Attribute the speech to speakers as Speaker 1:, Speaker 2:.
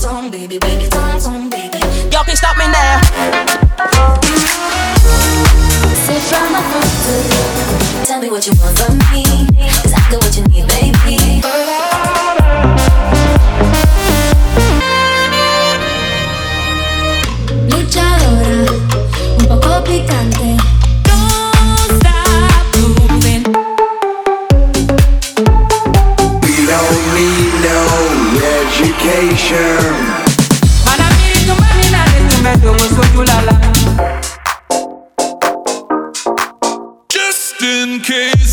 Speaker 1: tom, baby, baby, tom, tom, baby.
Speaker 2: Y'all can stop me now.
Speaker 1: Sit from my front to you. Tell me what you want from me. Cause I got what you need, baby.
Speaker 3: Luchadora, un poco picante.
Speaker 2: Don't stop moving.
Speaker 4: We don't need no education.
Speaker 5: Manamiri tu manina instrumento musculala.
Speaker 6: Just in case